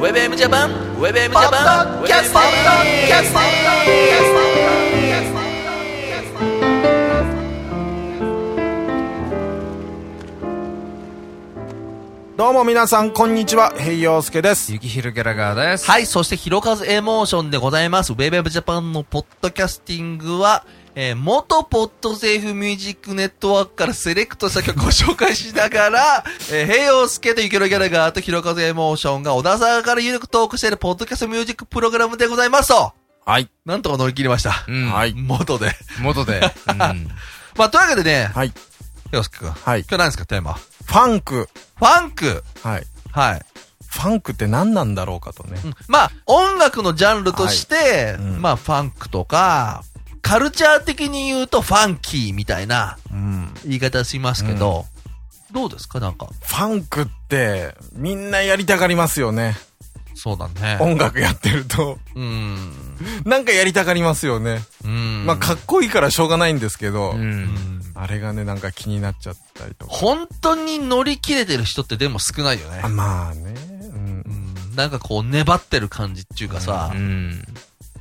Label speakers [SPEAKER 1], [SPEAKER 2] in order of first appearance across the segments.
[SPEAKER 1] WebM ジャパン WebM ジャパン
[SPEAKER 2] キャストキャストキャストキャストキャスト
[SPEAKER 3] どうも皆さん、こんにちは。平洋介です。
[SPEAKER 4] ゆきひろギャラガーです。
[SPEAKER 1] はい、そしてひろかずエモーションでございます。WebM ジャパンのポッドキャスティングは、えー元ポッドセーフミュージックネットワークからセレクトした曲を紹介しながら、 えー、平洋介とゆきろギャラガーとひろかずエモーションが小田沢から有くトークしているポッドキャストミュージックプログラムでございますと。
[SPEAKER 3] はい。
[SPEAKER 1] なんとか乗り切りました。
[SPEAKER 4] うん。
[SPEAKER 3] はい
[SPEAKER 1] 元で。
[SPEAKER 4] 元で。うん。
[SPEAKER 1] まあ、というわけでね、
[SPEAKER 3] はい。
[SPEAKER 1] 洋介くん。
[SPEAKER 3] はい
[SPEAKER 1] 今日何ですか、テーマ。フ
[SPEAKER 3] ファンク。
[SPEAKER 1] ァンク。
[SPEAKER 3] はい。
[SPEAKER 1] はい。
[SPEAKER 3] ファンクって何なんだろうかとね。
[SPEAKER 1] うんまあ、音楽のジャンルとして、
[SPEAKER 3] うん
[SPEAKER 1] まあ、ファンクとか、カルチャー的に言うとファンキーみたいな
[SPEAKER 3] うん。
[SPEAKER 1] 言い方しますけど、どうですかなんか。
[SPEAKER 3] ファンクって、みんなやりたがりますよね。
[SPEAKER 1] そうだね。
[SPEAKER 3] 音楽やってると。
[SPEAKER 1] うん。
[SPEAKER 3] なんかやりたがりますよね。
[SPEAKER 1] うん。
[SPEAKER 3] まあ、かっこいいからしょうがないんですけど
[SPEAKER 4] う、。
[SPEAKER 1] うんん
[SPEAKER 3] あれがね、なんか気になっちゃったりとか。
[SPEAKER 1] 本当に乗り切れてる人ってでも少ないよね
[SPEAKER 3] あ。まあね。うん
[SPEAKER 1] う。んなんかこう、粘ってる感じっていうかさ、
[SPEAKER 4] うん。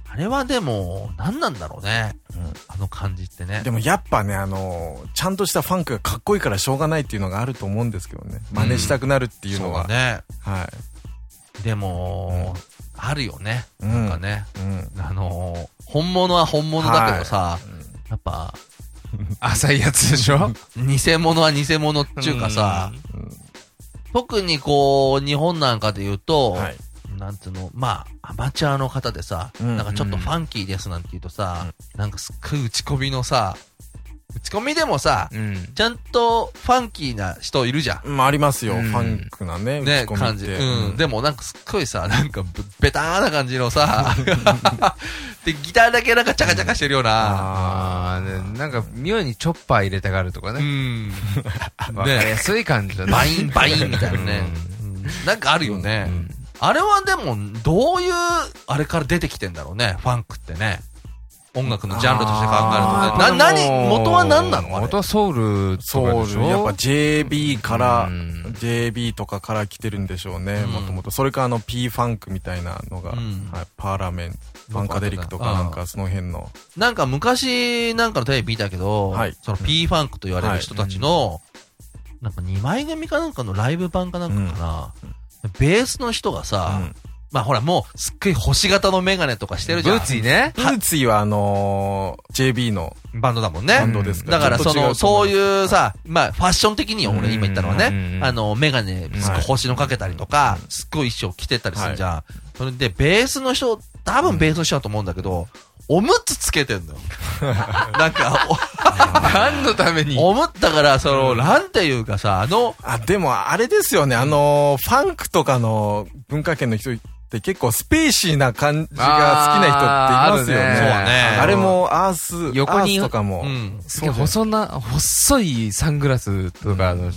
[SPEAKER 1] あれはでも、何なんだろうね。
[SPEAKER 3] うん
[SPEAKER 1] あの感じってね
[SPEAKER 3] で。もやっぱね、あの、ちゃんとしたファンクがかっこいいからしょうがないっていうのがあると思うんですけどね。真似したくなるっていうのは。
[SPEAKER 1] そうだね。
[SPEAKER 3] はい。
[SPEAKER 1] でも、あるよね。
[SPEAKER 3] う
[SPEAKER 1] な
[SPEAKER 3] ん
[SPEAKER 1] んかね。
[SPEAKER 3] うん。
[SPEAKER 1] あのー本物は本物だけどさ、やっぱ、
[SPEAKER 4] 浅いやつでしょ
[SPEAKER 1] 偽物は偽物っていうかさ、特にこう、日本なんかで言うと、
[SPEAKER 3] はい。
[SPEAKER 1] なんつうの、まあ、アマチュアの方でさ、
[SPEAKER 3] うん
[SPEAKER 1] なんかちょっとファンキーですなんて言うとさ、なんかすっごい打ち込みのさ、打ち込みでもさ、
[SPEAKER 4] うん。
[SPEAKER 1] ちゃんとファンキーな人いるじゃん。
[SPEAKER 3] まあありますよ、
[SPEAKER 4] うん
[SPEAKER 3] ファンクなね、
[SPEAKER 1] ね、
[SPEAKER 3] 打ち込み
[SPEAKER 1] 感
[SPEAKER 3] っ
[SPEAKER 1] じ。
[SPEAKER 3] て
[SPEAKER 1] うん。
[SPEAKER 3] うん
[SPEAKER 1] でもなんかすっごいさ、なんかぶベターな感じのさ、で、ギターだけなんかチャカチャカしてるような、
[SPEAKER 3] あ
[SPEAKER 4] あー、ねなんか、妙にチョッパー入れたがるとか
[SPEAKER 1] う
[SPEAKER 4] ね。
[SPEAKER 1] ん。
[SPEAKER 4] わかりやすい感じだね。
[SPEAKER 1] バインバインみたいなね。なんかあるよね。あれはでも、どういう、あれから出てきてんだろうね、ファンクってね。音楽のジャンルとして考えると
[SPEAKER 4] あ
[SPEAKER 1] ね。
[SPEAKER 4] ー
[SPEAKER 1] な、何、元は何なのあれ
[SPEAKER 4] 元はソウル
[SPEAKER 3] ソ
[SPEAKER 4] とか
[SPEAKER 3] ウ
[SPEAKER 4] でし
[SPEAKER 3] ル、
[SPEAKER 4] ょ
[SPEAKER 3] やっぱ JB から
[SPEAKER 4] う、ん
[SPEAKER 3] JB とかから来てるんでしょうね、
[SPEAKER 1] うん
[SPEAKER 3] もともと。それかあの P ファンクみたいなのが、
[SPEAKER 1] うん
[SPEAKER 3] はい、パーラメン、ファンカデリックとか
[SPEAKER 1] あー
[SPEAKER 3] なんかその辺の。
[SPEAKER 1] なんか昔なんかのテレビ見たけど、
[SPEAKER 3] はい
[SPEAKER 1] その P ファンクと言われる人たちの、なんか2枚組かなんかのライブ版かなんかかな。ベースの人がさ、
[SPEAKER 3] うん
[SPEAKER 1] まあほらもうすっごい星型のメガネとかしてるじゃん。
[SPEAKER 4] ブーツィね。
[SPEAKER 3] ブーツィはあのー JB の
[SPEAKER 1] バンドだもんね。
[SPEAKER 3] バンドです
[SPEAKER 1] だから、その、そう
[SPEAKER 3] う。
[SPEAKER 1] いうさ、まあ、ファッション的によ、
[SPEAKER 4] うん
[SPEAKER 1] 俺今言ったのは
[SPEAKER 4] う
[SPEAKER 1] ね、
[SPEAKER 4] ん
[SPEAKER 1] あの、メガネ、すっご
[SPEAKER 3] はいい
[SPEAKER 1] 星のかけたりとか、すっごい衣装着てたりするじゃん。それで、ベースの人、多分ベースの人だと思うんだけど、おむつつけてんのよ。なんか、
[SPEAKER 4] 何のために
[SPEAKER 1] お、おむつだから、その、なんていうかさ、あの、
[SPEAKER 3] あ、でもあれですよね、あのーファンクとかの文化圏の人って結構スペーシーな感じが好きな人っていますよね。
[SPEAKER 4] あーあるね
[SPEAKER 1] そうね
[SPEAKER 3] あれもアース、
[SPEAKER 4] 横に
[SPEAKER 3] アースとかも。
[SPEAKER 1] うん、
[SPEAKER 4] すげえ細な、細いサングラスとかの、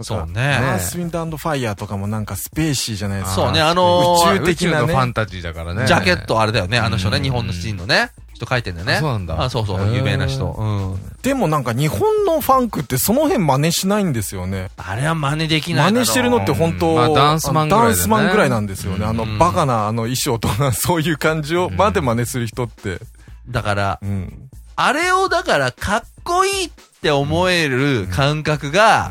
[SPEAKER 1] そう
[SPEAKER 3] ア
[SPEAKER 1] ね。
[SPEAKER 3] ースウィンドアンドファイヤーとかもなんかスペーシーじゃないですか。
[SPEAKER 1] そうね、
[SPEAKER 4] あー
[SPEAKER 1] あの
[SPEAKER 3] 宇
[SPEAKER 1] ー、
[SPEAKER 3] 宙的なね
[SPEAKER 4] 宇のファンタジーだからね。
[SPEAKER 1] ジャケットあれだよね、あの人ね、
[SPEAKER 4] うん
[SPEAKER 1] 日本のシーンのね、人書いてんだよね。
[SPEAKER 4] あそうなんだ
[SPEAKER 1] あ、そうそ
[SPEAKER 4] へ
[SPEAKER 1] う、
[SPEAKER 4] ー
[SPEAKER 1] 有名な人。うん。
[SPEAKER 3] でもなんか日本のファンクってその辺真似しないんですよね。
[SPEAKER 1] あれは真似できないだろう。
[SPEAKER 3] 真似してるのって本当、
[SPEAKER 4] まあダンスマンぐらいだよね
[SPEAKER 3] ダンスマンぐらいなんですよね。あの
[SPEAKER 1] うん
[SPEAKER 3] バカなあの衣装とか そういう感じを
[SPEAKER 4] うん
[SPEAKER 3] まで真似する人って。
[SPEAKER 1] だから、
[SPEAKER 3] うん。
[SPEAKER 1] あれをだからかっこいいって思える感覚が、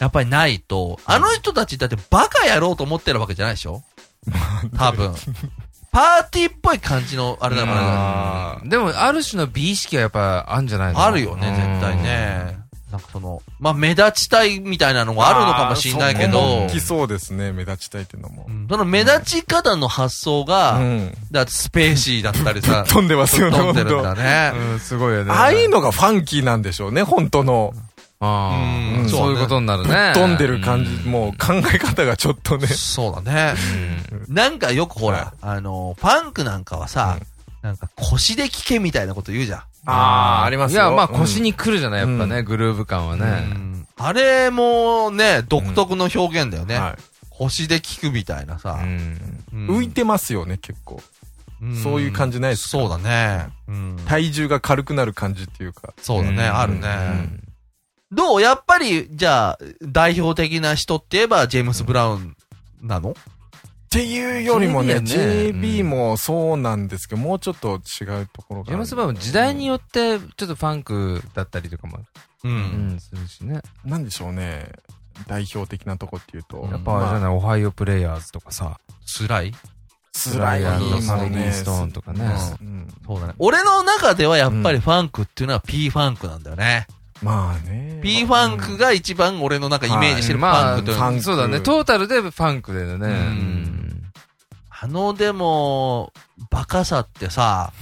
[SPEAKER 1] やっぱりないと、あの人たちだってバカやろうと思ってるわけじゃないでしょ多分。パーティーっぽい感じのあれだから、
[SPEAKER 4] あーでも、ある種の美意識はやっぱあるんじゃないの
[SPEAKER 1] あるよね、絶対。ね。なんかその、まあ、目立ちたいみたいなのがあるのかもしんないけ
[SPEAKER 3] あーそこも
[SPEAKER 1] ど
[SPEAKER 3] 大、きそうですね、目立ちたいっていうのも
[SPEAKER 1] う。んその目立ち方の発想
[SPEAKER 3] う
[SPEAKER 1] が、
[SPEAKER 3] ん。
[SPEAKER 1] だってスペーシーだったりさ、
[SPEAKER 3] 飛んでますよね、
[SPEAKER 1] 飛ん
[SPEAKER 3] 本
[SPEAKER 1] でるん
[SPEAKER 3] 当
[SPEAKER 1] だ
[SPEAKER 3] あ
[SPEAKER 1] ね。
[SPEAKER 4] うん、すごいよね。
[SPEAKER 3] あいうのがファンキーなんでしょうね、本当の。
[SPEAKER 4] あー
[SPEAKER 1] うん
[SPEAKER 4] そういうことになる
[SPEAKER 3] ぶっ
[SPEAKER 4] ね。
[SPEAKER 3] 飛んでる感じ、もう考え方がちょっとね。
[SPEAKER 1] そうだね。
[SPEAKER 4] うん。
[SPEAKER 1] なんかよくほら
[SPEAKER 3] は、
[SPEAKER 1] あの、ファンクなんかはさ、なんか腰で聞けみたいなこと言うじゃ
[SPEAKER 3] あーありますよ
[SPEAKER 4] いや、まあ腰に来るじゃない、やっぱ
[SPEAKER 3] う
[SPEAKER 4] ね、グルーヴ感は
[SPEAKER 1] ん。
[SPEAKER 4] ね。
[SPEAKER 1] あれもね、独特の表現だよね。
[SPEAKER 3] はい
[SPEAKER 1] 腰で聞くみたいなさ
[SPEAKER 4] う。ん。
[SPEAKER 3] 浮いてますよね、結構。そういう感じない
[SPEAKER 1] で
[SPEAKER 3] ですすか
[SPEAKER 1] そうだね。うん
[SPEAKER 3] 体重が軽くなる感じっていうか。
[SPEAKER 1] そうだね、
[SPEAKER 4] うん
[SPEAKER 1] ある
[SPEAKER 4] う
[SPEAKER 1] ね。
[SPEAKER 4] ん
[SPEAKER 1] どうやっぱり、じゃあ、代表的な人って言えば、ジェームス・ブラウンなの
[SPEAKER 3] っていうよりもね、
[SPEAKER 5] JB やね
[SPEAKER 3] JB もそうなんですけど、もうちょっと違うところがある。
[SPEAKER 4] ジェームス・バウン時代によって、ちょっとファンクだったりとかも、
[SPEAKER 1] う。
[SPEAKER 4] うんん、するしね。
[SPEAKER 3] なんでしょうね。代表的なとこっていうと。
[SPEAKER 1] や
[SPEAKER 4] やっぱ、あれじゃない、オハイオプレイヤーズとかさ、
[SPEAKER 1] 辛い
[SPEAKER 3] ス
[SPEAKER 4] ラ
[SPEAKER 3] ラ
[SPEAKER 4] イ
[SPEAKER 3] イ
[SPEAKER 4] ア
[SPEAKER 3] ア
[SPEAKER 4] ン
[SPEAKER 3] ン
[SPEAKER 4] ド
[SPEAKER 3] ド
[SPEAKER 4] ファミリーストーンとかね
[SPEAKER 3] うん
[SPEAKER 1] そうだね。俺の中ではやっぱりファンクっていうのは P ファンクなんだよね。
[SPEAKER 3] まあね。
[SPEAKER 1] P ファンクが一番俺の中イメージしてるファンクというのは
[SPEAKER 3] まあファンク
[SPEAKER 4] そうだね、トータルでファンクだよね。
[SPEAKER 1] んあのでも、バカさってさ、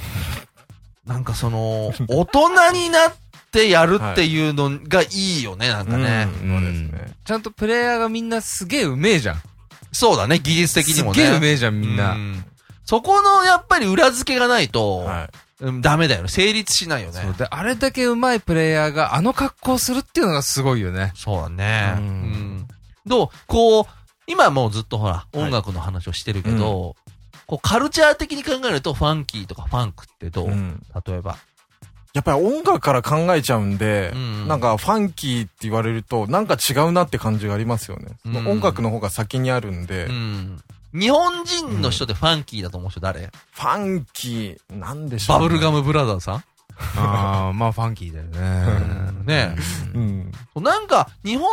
[SPEAKER 1] なんかその、大人になってやるっていうのがいいよね、なんかね。
[SPEAKER 3] うんそうですね。
[SPEAKER 4] ちゃんとプレイヤーがみんなすげえうめえじゃん。
[SPEAKER 1] そうだね、技術的にもね。
[SPEAKER 4] すげえうめえじゃん、みん
[SPEAKER 1] う
[SPEAKER 4] な。
[SPEAKER 1] そこのやっぱり裏付けがないと、
[SPEAKER 3] はい。
[SPEAKER 1] うんダメだよね。成立しないよね。
[SPEAKER 4] そうで、あれだけうまいプレイヤーがあの格好するっていうのがすごいよね。
[SPEAKER 1] そうだね。う
[SPEAKER 4] うん
[SPEAKER 1] ん。どうこう、今もうずっとほら、音楽の話をしてるけど、こう、カルチャー的に考えると、ファンキーとかファンクってどう、
[SPEAKER 3] うん
[SPEAKER 1] 例えば。
[SPEAKER 3] やっぱり音楽から考えちゃうんで
[SPEAKER 1] う、ん
[SPEAKER 3] なんかファンキーって言われると、なんか違うなって感じがありますよね。その音楽の方が先にあるんで
[SPEAKER 1] う、ん。日本人の人でファンキーだと思う人誰、
[SPEAKER 3] ファンキー、なんでしょ
[SPEAKER 1] バ
[SPEAKER 3] うね。
[SPEAKER 1] ブルガムブラザーズさん
[SPEAKER 4] ああ、まあファンキーだよね。
[SPEAKER 1] ね
[SPEAKER 3] うん。
[SPEAKER 1] なんか、日本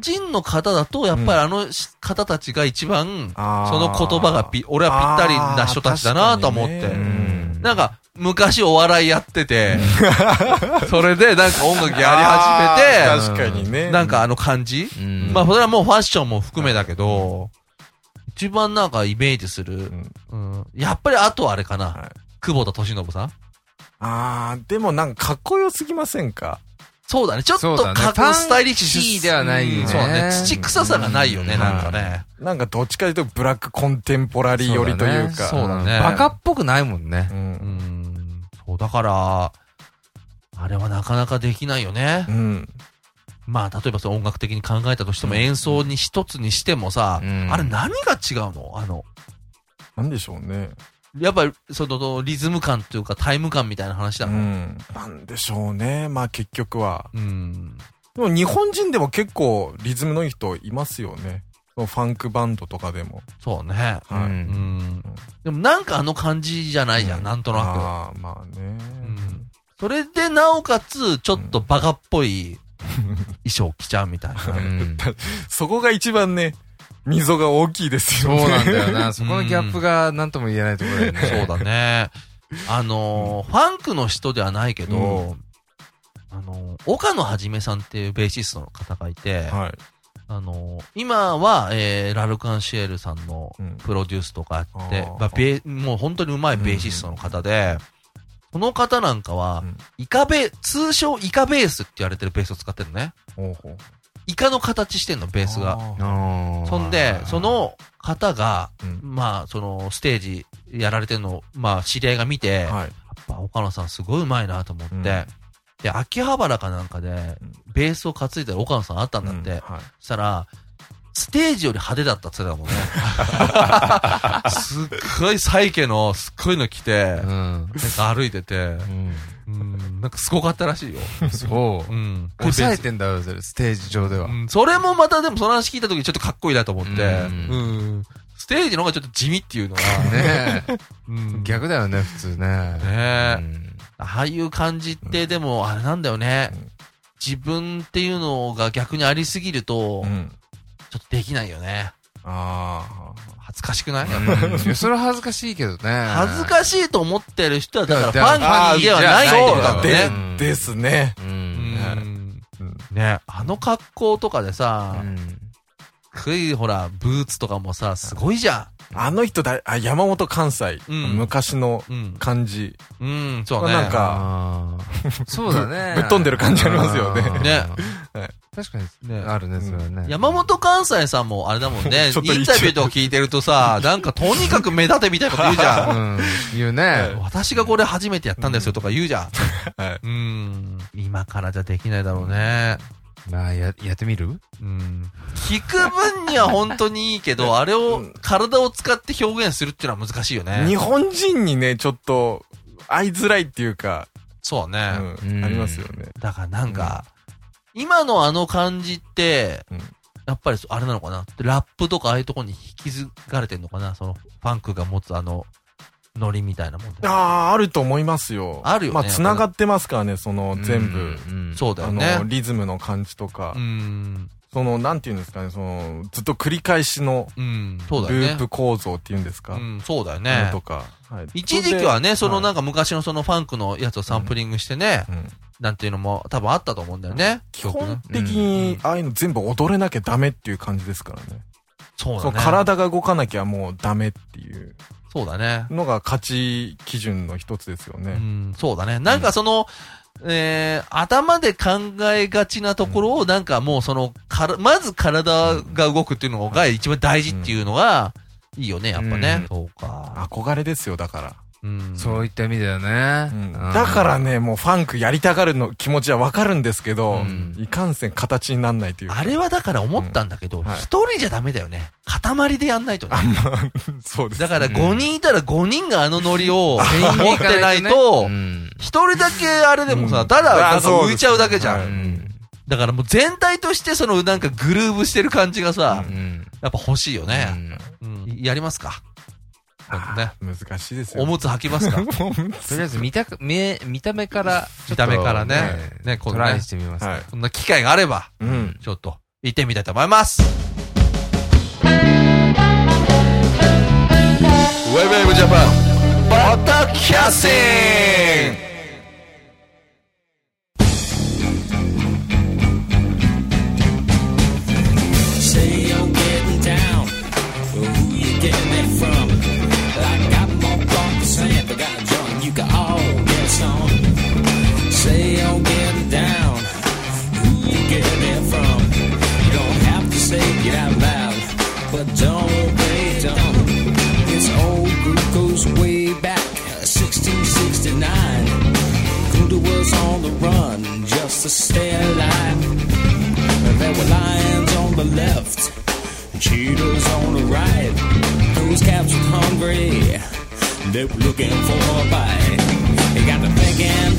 [SPEAKER 1] 人の方だと、やっぱりあのし方たちが一番、
[SPEAKER 3] あー
[SPEAKER 1] その言葉がぴ、俺はぴったりな人たちだなと思っ
[SPEAKER 3] あー
[SPEAKER 1] て。
[SPEAKER 3] 確かにね
[SPEAKER 4] ん
[SPEAKER 1] なんか、昔お笑いやってて、 それでなんか音楽やり
[SPEAKER 3] あ
[SPEAKER 1] 始
[SPEAKER 3] ー確かに
[SPEAKER 1] めて、
[SPEAKER 3] ね。
[SPEAKER 1] なんかあの感じ、
[SPEAKER 4] うん
[SPEAKER 1] まあ、それはもうファッションも含めだけど、一番なんかイメージす
[SPEAKER 3] う
[SPEAKER 1] る。
[SPEAKER 3] ん、
[SPEAKER 1] うん、やっぱりあとはあれかな、
[SPEAKER 3] はい
[SPEAKER 1] 久保田敏信さん
[SPEAKER 3] あー、でもなんかかっこよすぎませんか
[SPEAKER 1] そうだね。ちょっと
[SPEAKER 4] そうだね
[SPEAKER 1] かっこスタイリッシュ。
[SPEAKER 4] ファンキーではないよね
[SPEAKER 1] うんそうだね。土臭さがないよね、
[SPEAKER 4] うん
[SPEAKER 1] なんかね。
[SPEAKER 3] なんかどっちかというとブラックコンテンポラリー寄りというか。
[SPEAKER 1] そうだね
[SPEAKER 4] バカっぽくないもんね。
[SPEAKER 3] うん
[SPEAKER 1] うん。そう、だから、あれはなかなかできないよね。
[SPEAKER 3] うん。
[SPEAKER 1] まあ、例えばその音楽的に考えたとしても、演奏に一つにしてもさ、
[SPEAKER 4] うん
[SPEAKER 1] あれ何が違うのあの、
[SPEAKER 3] なんでしょうね。
[SPEAKER 1] やっぱり、その、リズム感というかタイム感みたいな話だ
[SPEAKER 3] う
[SPEAKER 1] もん。
[SPEAKER 3] ん。なんでしょうね。まあ結局は。
[SPEAKER 1] うん。
[SPEAKER 3] でも日本人でも結構リズムのいい人いますよね。そのファンクバンドとかでも。
[SPEAKER 1] そうね。
[SPEAKER 4] う
[SPEAKER 3] はい。
[SPEAKER 1] うんん。でもなんかあの感じじゃないじゃん、
[SPEAKER 3] うん
[SPEAKER 1] なんとな
[SPEAKER 3] ああ、まあね。
[SPEAKER 1] く。うん。それで、なおかつ、ちょっとバカっぽい衣装着ちゃうみたいな。
[SPEAKER 4] うん
[SPEAKER 3] そこが一番ね、溝が大きいです
[SPEAKER 4] そう
[SPEAKER 3] よね。
[SPEAKER 4] なんだよな。そこのギャップが何とも言えないところ だよね。
[SPEAKER 1] そうだね。あのー、ファンクの人ではないけど、あのー、岡野はじめさんっていうベーシストの方がいて、
[SPEAKER 3] はい。
[SPEAKER 1] あのー、今は、えー、ラルカンシエルさんの
[SPEAKER 3] うん
[SPEAKER 1] プロデュースとかあって
[SPEAKER 3] あ、ー
[SPEAKER 1] まあベーもう本当にうまいベーシストの方で、この方なんかは
[SPEAKER 3] うん、
[SPEAKER 1] イカベ、通称イカベースって言われてるベースを使ってるのね。
[SPEAKER 3] ほうほう
[SPEAKER 1] イカの形してんの、ベースが。
[SPEAKER 3] あ
[SPEAKER 4] あー
[SPEAKER 1] そんで、そ、の方が、
[SPEAKER 3] うん
[SPEAKER 1] まあ、その、ステージやられてるのを、まあ、知り合いが見て、
[SPEAKER 3] ーはい。
[SPEAKER 1] やっぱ岡野さんすごいうまいなと思って、
[SPEAKER 3] うん
[SPEAKER 1] で、秋葉原かなんかで
[SPEAKER 3] ん、
[SPEAKER 1] ベースを担いだら岡野さんあったんだって、
[SPEAKER 3] うん
[SPEAKER 1] そ
[SPEAKER 3] はい。
[SPEAKER 1] したら、ステージより派手だったって言ってたもんね。すっごいサイケの、すっごいの着て、
[SPEAKER 4] う
[SPEAKER 1] なん
[SPEAKER 4] ん。
[SPEAKER 1] か歩いてて、うん、なんかすごかったらしいよ。
[SPEAKER 4] そう
[SPEAKER 1] う。ん。
[SPEAKER 4] 抑えてんだよ、それ、ステージ上では
[SPEAKER 1] う。んそれもまたでもその話聞いた時にちょっとかっこいいなと思って、
[SPEAKER 4] うん
[SPEAKER 1] うんステージの方がちょっと地味っていうのが、
[SPEAKER 4] ね
[SPEAKER 1] うん
[SPEAKER 4] 逆だよね、普通ね。
[SPEAKER 1] ねえ
[SPEAKER 4] うん
[SPEAKER 1] ああいう感じって、でも、あれなんだよね
[SPEAKER 3] うん。
[SPEAKER 1] 自分っていうのが逆にありすぎると
[SPEAKER 3] う、ん。
[SPEAKER 1] ちょっとできないよね。
[SPEAKER 3] あ
[SPEAKER 1] 恥ずかしくない
[SPEAKER 4] うんいやそれは恥ずかしいけどね。
[SPEAKER 1] 恥ず
[SPEAKER 4] し
[SPEAKER 1] かしいと思ってる人は、だか
[SPEAKER 4] だからら
[SPEAKER 1] ファンキーではないってことだもん
[SPEAKER 4] じゃ
[SPEAKER 1] ね
[SPEAKER 3] で
[SPEAKER 4] あない。うん、
[SPEAKER 3] ですね。
[SPEAKER 4] い。う。
[SPEAKER 1] うんん
[SPEAKER 3] うん
[SPEAKER 1] ね、あの格好とかでさ
[SPEAKER 4] う、ん
[SPEAKER 1] くい、ほら、ブーツとかもさ、すごいじゃ
[SPEAKER 3] あの人だ、あ、山本関西。
[SPEAKER 1] うん
[SPEAKER 3] 昔の
[SPEAKER 1] ん。うん。
[SPEAKER 3] 感じ。
[SPEAKER 1] うん、そうね。
[SPEAKER 3] なんか
[SPEAKER 4] あーそうだね。
[SPEAKER 3] ぶっ飛んでる感じありますよね
[SPEAKER 4] あー
[SPEAKER 1] ね
[SPEAKER 3] はい。
[SPEAKER 4] 確かに、
[SPEAKER 1] ね
[SPEAKER 4] あるね、それはね。
[SPEAKER 1] 山本関西さんもあれだもんね。イン
[SPEAKER 3] ちょっと言っち
[SPEAKER 1] タ
[SPEAKER 3] ゃう
[SPEAKER 1] ビューとか聞いてるとさ、なんかとにかく目立てみたいなこと言うじゃん。
[SPEAKER 4] うん。言うね。
[SPEAKER 1] 私がこれ初めてやったんですよとか言うじゃん。
[SPEAKER 3] はい。
[SPEAKER 1] うん。今からじゃできないだろうね。
[SPEAKER 4] まあ、や、やってみる
[SPEAKER 1] うん。聞く分には本当にいいけど、あれを、体を使って表現するっていうのは難しいよね
[SPEAKER 3] 日。本人にね、ちょっと、会いづらいっていうか、
[SPEAKER 1] そう
[SPEAKER 3] う
[SPEAKER 1] ね。
[SPEAKER 3] ん、ありますよね。
[SPEAKER 1] だからなんか、今のあの感じって
[SPEAKER 3] うん、
[SPEAKER 1] やっぱりそあれなのかなラップとかああいうとこに引き継がれてんのかなそのファンクが持つあの、ノリみたいなもんって。
[SPEAKER 3] ああ、あると思いますよ。
[SPEAKER 1] あるよね
[SPEAKER 3] まあ、繋がってますからね、その、全部。
[SPEAKER 4] うん
[SPEAKER 1] そうだ
[SPEAKER 3] あ
[SPEAKER 1] よね
[SPEAKER 3] の、。リズムの感じとか
[SPEAKER 1] う。ん。
[SPEAKER 3] その、なんていうんですかね、その、ずっと繰り返しの
[SPEAKER 1] うん。そうだよ
[SPEAKER 3] ル
[SPEAKER 1] ね。
[SPEAKER 3] ープ構造っていうんですか。
[SPEAKER 1] うん、そうだよ
[SPEAKER 3] もの
[SPEAKER 1] ね
[SPEAKER 3] と。か。はい
[SPEAKER 1] 一時期はね、そのなん
[SPEAKER 3] か、
[SPEAKER 1] か昔のそのファンクのやつをサンプリングしてね、
[SPEAKER 3] はいうん
[SPEAKER 1] なんていうのも多分あったと思うんだよね。
[SPEAKER 3] 基
[SPEAKER 1] 曲ね
[SPEAKER 3] 本的に
[SPEAKER 4] う、
[SPEAKER 3] ああいうの全部踊れなきゃダメっていう感じですからね。
[SPEAKER 1] そう
[SPEAKER 3] そ
[SPEAKER 1] だ
[SPEAKER 3] の
[SPEAKER 1] ね。
[SPEAKER 3] 体が動かなきゃもうダメっていう
[SPEAKER 1] そうだね。
[SPEAKER 3] のが価値基準の一つですよ
[SPEAKER 1] う
[SPEAKER 3] ね。
[SPEAKER 1] ん、そうだね。なんかその、えー、頭で考えがちなところを、なんかもうその、から、まず体が動くっていうのが一番大事っていうのが、いいよね、やっぱね。
[SPEAKER 4] うん
[SPEAKER 1] そうか。
[SPEAKER 3] 憧れですよ、だから。
[SPEAKER 1] うん。
[SPEAKER 4] そういった意味だよね。
[SPEAKER 3] うん
[SPEAKER 4] うん
[SPEAKER 3] だからね、もうファンクやりたがるの気持ちはわかるんですけど、
[SPEAKER 4] うん
[SPEAKER 3] いかんせん形になんないというか。
[SPEAKER 1] あれはだから思ったんだけど、
[SPEAKER 3] んはい
[SPEAKER 1] 一、人じゃダメだよね。塊でやんないとね。
[SPEAKER 3] そうです。
[SPEAKER 1] だから
[SPEAKER 4] うん
[SPEAKER 1] 5人いたら5人があのノリを持ってない
[SPEAKER 4] うん
[SPEAKER 1] と、
[SPEAKER 4] うん
[SPEAKER 1] 一人だけあれでも
[SPEAKER 3] う
[SPEAKER 1] さ、
[SPEAKER 3] ん
[SPEAKER 1] ただなんか
[SPEAKER 3] あそう
[SPEAKER 1] 浮
[SPEAKER 3] です
[SPEAKER 1] いちゃうだけじゃ
[SPEAKER 3] は
[SPEAKER 1] ん。
[SPEAKER 3] い
[SPEAKER 1] だからもう全体としてそのなんかグルーブしてる感じがさ
[SPEAKER 4] う、ん
[SPEAKER 1] やっぱ欲しいよね。
[SPEAKER 4] うん
[SPEAKER 1] うん、やりますか。ね
[SPEAKER 3] あ、ー難しいですよ。
[SPEAKER 1] おむつ履きます か
[SPEAKER 4] とりあえず見たく、見、見た目から、
[SPEAKER 1] 見た目からね
[SPEAKER 4] ちょっと
[SPEAKER 1] ねこ
[SPEAKER 4] ト
[SPEAKER 1] のね
[SPEAKER 4] ライしてみま す。
[SPEAKER 3] はい。
[SPEAKER 1] そんな機会があれば、
[SPEAKER 3] うん。
[SPEAKER 1] ちょっと、行ってみたいと思います。ウェブウェブジャパン、バタキャスティング
[SPEAKER 5] way back 1669 Gouda was on the run just to stay alive there were lions on the left, cheetahs on the right. Those cats were hungry, they were looking for a bite. They got to thinking,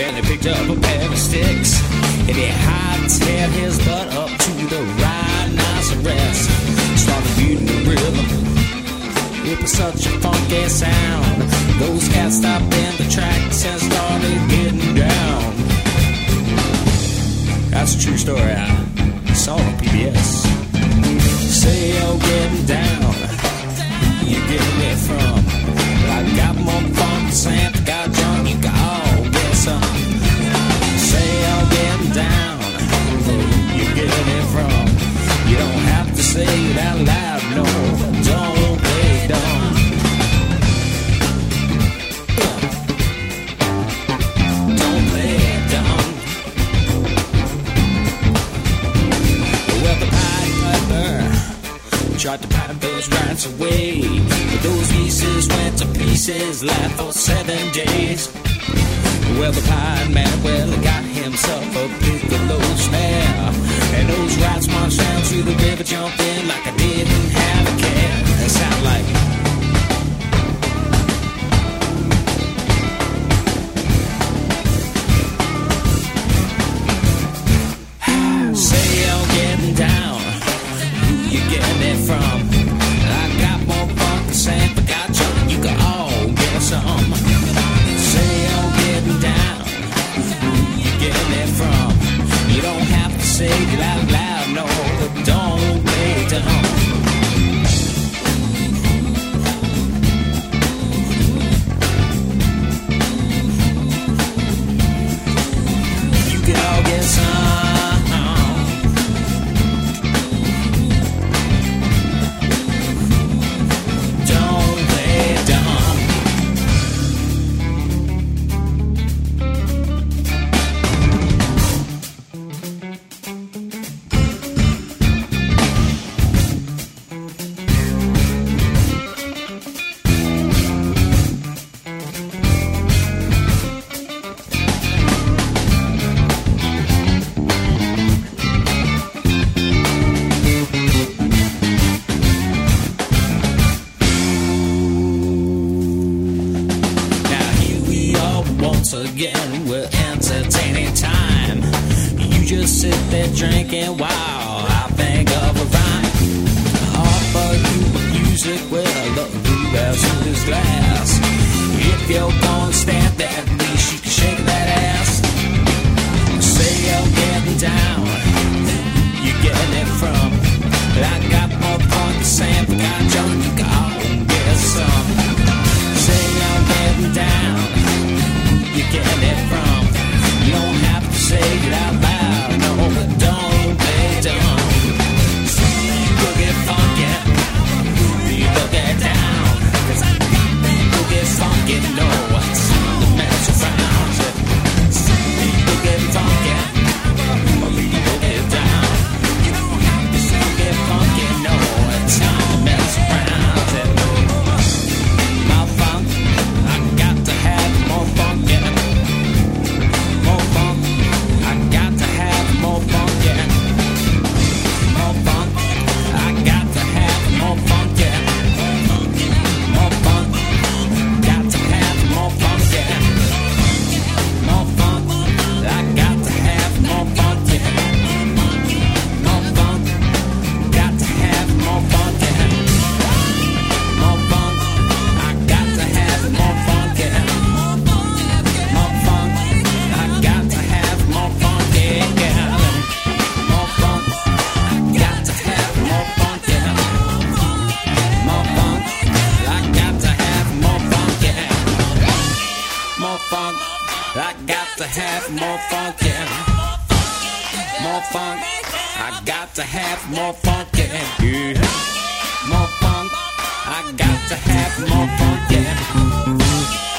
[SPEAKER 5] and he picked up a pair of sticks, and he hightailed his butt up to the rhinoceros. Started beating the rhythm. It was such a funky sound. Those cats stopped in the tracks and started getting down. That's a true story. I saw it on PBS. Say you're getting down. Who you getting it from? I got more fun. Sam got drunk. You got all get some. Say you're getting down. Who you getting it from? You don't have to say it out loud. No, don't play dumb. Don't play dumb. Well, the Pied Piper tried to pipe those rights away, but those pieces went to pieces, life for seven days. Well, the Pied Man, well, he got himself a piccolo snare, and those rights marched down to the river, jumping like I didn't have a care. That sound like. Say you're getting down. Who you getting it from? I got more fun than Sam got drunk. You can all get some. Say you're getting down. Who you getting it from? You don't have to say it out loud. No, don't play dumb. You can all get some. Don't play dumb. Now here we are once again, we're entertaining time. You just sit there drinking while think of a rhyme. Offer you music with a look through bells in this glass. If you're gonna stand that least you can shake that ass. Say you're getting down, you're getting it from. But I got more pocket sand, but got junk, you can all get some. Say you're getting down you get it from. You don't have to say it out loud. No, but don't be dumb. Boogie funky, be boogie down. 'Cause I got that boogie funky, no, it's the mess around. Boogie funky, be boogie down. You don't have to say boogie funky, no, it's not the mess around. My funk, I got to have more funk, yeah. More funk, I got to have more funk, yeah. More funk, I got to have more funk, yeah. More funk, got to have more funk, yeah. More funk, I got to have more funk, yeah. More funk, got to have more funk, yeah. More funk, I got to have more funk, yeah. More funk, I got to have more funk, yeah. More funk, I got to have more funk, yeah. More funk, I got to have more funk, yeah. More funk, I got to have more funk, yeah. More funk, I got to have more funk, yeah. yeah. More funk, I got to have more funk, yeah.